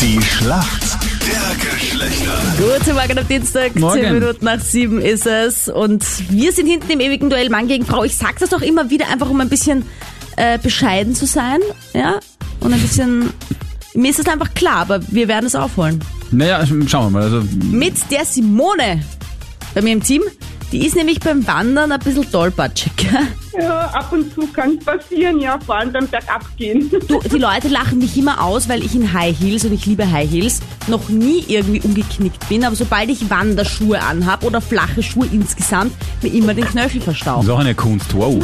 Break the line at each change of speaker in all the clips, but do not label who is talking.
Die Schlacht der Geschlechter.
Guten Morgen am Dienstag,
Morgen.
10 Minuten nach 7 ist es. Und wir sind hinten im ewigen Duell Mann gegen Frau. Ich sag's das doch immer wieder, einfach um ein bisschen äh, bescheiden zu sein. Ja? Und ein bisschen. Mir ist es einfach klar, aber wir werden es aufholen.
Naja, sch- schauen wir mal. Also,
Mit der Simone bei mir im Team. Die ist nämlich beim Wandern ein bisschen tollpatschig. gell?
Ja, Äh, ab und zu kann passieren, ja, vor allem beim Bergabgehen.
Du, die Leute lachen mich immer aus, weil ich in High Heels und ich liebe High Heels noch nie irgendwie umgeknickt bin, aber sobald ich Wanderschuhe anhab oder flache Schuhe insgesamt, mir immer den Knöchel verstauchen.
ist auch eine Kunst, wow.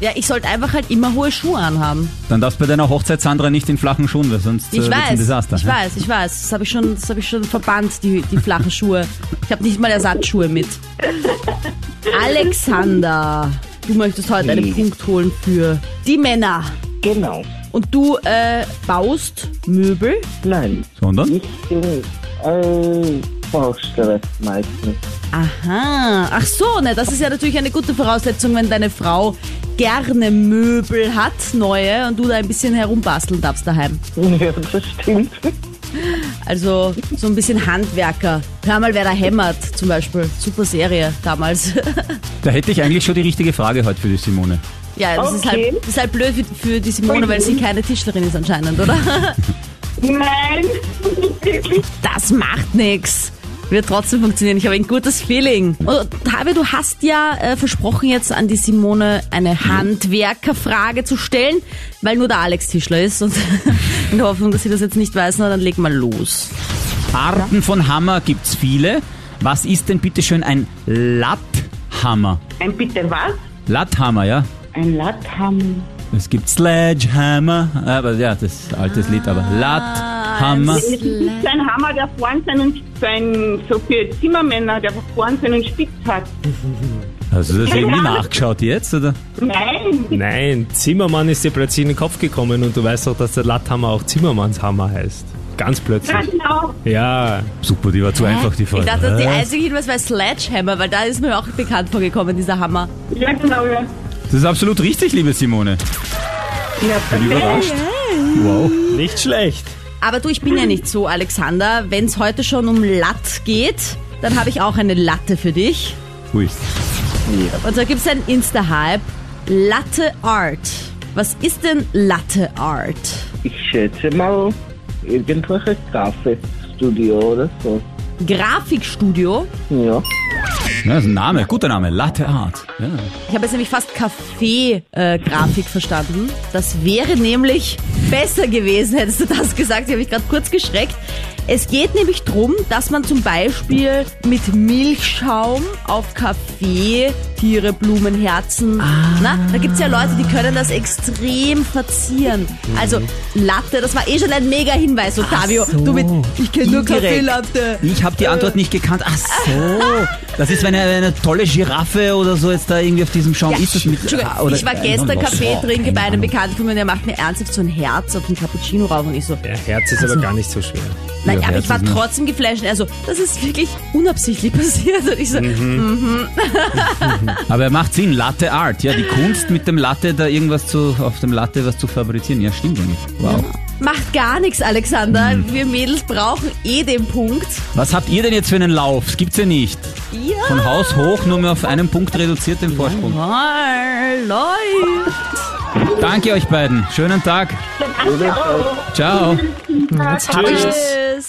Ja, ich sollte einfach halt immer hohe Schuhe anhaben.
Dann darfst bei deiner Hochzeit, Sandra, nicht in flachen Schuhen, weil sonst
Ich
äh, wird's ein
weiß,
Desaster.
ich
ja?
weiß, ich weiß. Das habe ich schon, das habe ich schon verbannt, die, die flachen Schuhe. Ich habe nicht mal Ersatzschuhe mit. Alexander, du möchtest heute einen Punkt holen für die Männer.
Genau.
Und du äh, baust Möbel.
Nein,
Sondern?
ich bin äh, Baustelle meistens.
Aha. Ach so, ne, das ist ja natürlich eine gute Voraussetzung, wenn deine Frau gerne Möbel hat, neue, und du da ein bisschen herumbasteln darfst daheim.
Ja, das stimmt.
Also so ein bisschen Handwerker. Hör mal, wer da hämmert, zum Beispiel. Super Serie damals.
Da hätte ich eigentlich schon die richtige Frage heute für die Simone.
ja, das ist,
Okay.
halt, das ist halt blöd für, für die Simone, weil
Mhm.
sie keine Tischlerin ist anscheinend, oder?
Nein, nicht wirklich.
Das macht nix. Wird trotzdem funktionieren. Ich habe ein gutes Feeling. Und Tabe, du hast ja äh, versprochen, jetzt an die Simone
Mhm.
eine Handwerkerfrage zu stellen, weil nur der Alex Tischler ist. Und in der Hoffnung, dass sie das jetzt nicht weiß, na, dann leg mal los.
Arten von Hammer gibt's viele. Was ist denn bitte schön ein Latthammer?
Ein bitte was?
Latthammer, ja?
Ein Latham.
Es gibt Sledgehammer, Ah, aber ja, das ist ein altes Lied,
Ah,
aber Latthammer.
Das ist ein Hammer, der vorn seinen, sein, so für Zimmermänner, der vorn seinen Spitz hat.
Hast du das irgendwie nachgeschaut jetzt, oder?
Nein,
Nein, Zimmermann ist dir plötzlich in den Kopf gekommen und du weißt doch, dass der Latthammer auch Zimmermannshammer heißt. Ganz
ja,
plötzlich.
genau.
Ja,
Super, die war zu einfach, die Frage.
Ich dachte, die einzige Hinweis war Sledgehammer, weil da ist mir auch bekannt vorgekommen, dieser Hammer.
Ja, genau, ja.
das ist absolut richtig, liebe Simone.
Ja,
Überrascht. Wow.
nicht schlecht.
Aber du, ich bin ja nicht so, Alexander. Wenn es heute schon um Latt geht, dann habe ich auch eine Latte für dich.
Ui.
Und da gibt es einen Insta-Hype. Latte Art. Was ist denn Latte Art?
Ich schätze mal irgendwelche Kaffeestudio oder so.
Grafikstudio.
Ja.
Ja, das ist ein Name, guter Name, Latte Art. Ja.
Ich habe jetzt nämlich fast Kaffee-Grafik verstanden. Das wäre nämlich besser gewesen, hättest du das gesagt. Ich habe mich gerade kurz geschreckt. Es geht nämlich drum, dass man zum Beispiel mit Milchschaum auf Kaffee, Tiere, Blumen, Herzen, na, da gibt's ja Leute, die können das extrem verzieren. Also Latte, das war eh schon ein mega Hinweis, Ottavio. Du mit, ich kenne nur Kaffeelatte.
Ich habe die Antwort nicht gekannt. Ach so. Das ist, wenn eine, eine tolle Giraffe oder so jetzt da irgendwie auf diesem Schaum
Ja,
ist. Das mit,
Entschuldigung,
ah, oder,
ich war
äh,
gestern
was?
Kaffee
Boah,
trinken bei
keine
einem
Ahnung.
Bekannten von mir und der macht mir ernsthaft so ein Herz auf den Cappuccino rauf und ich so,
Ja, Herz ist aber gar nicht so schwer.
nein,
Ja,
aber ich war
Herz ist mir-
trotzdem geflasht. Also, das ist wirklich unabsichtlich passiert. Und ich so,
Mhm. Aber er macht Sinn, Latte Art. Ja, die Kunst mit dem Latte, da irgendwas zu, auf dem Latte was zu fabrizieren. Ja, stimmt eigentlich. Wow.
macht gar nichts, Alexander.
Mhm.
Wir Mädels brauchen eh den Punkt.
Was habt ihr denn jetzt für einen Lauf? Das gibt's ja nicht. Von
Ja,
Haus hoch, nur mehr auf einen Punkt reduziert den Vorsprung.
Mal läuft.
Danke euch beiden. Schönen Tag. Ciao.
Tschüss.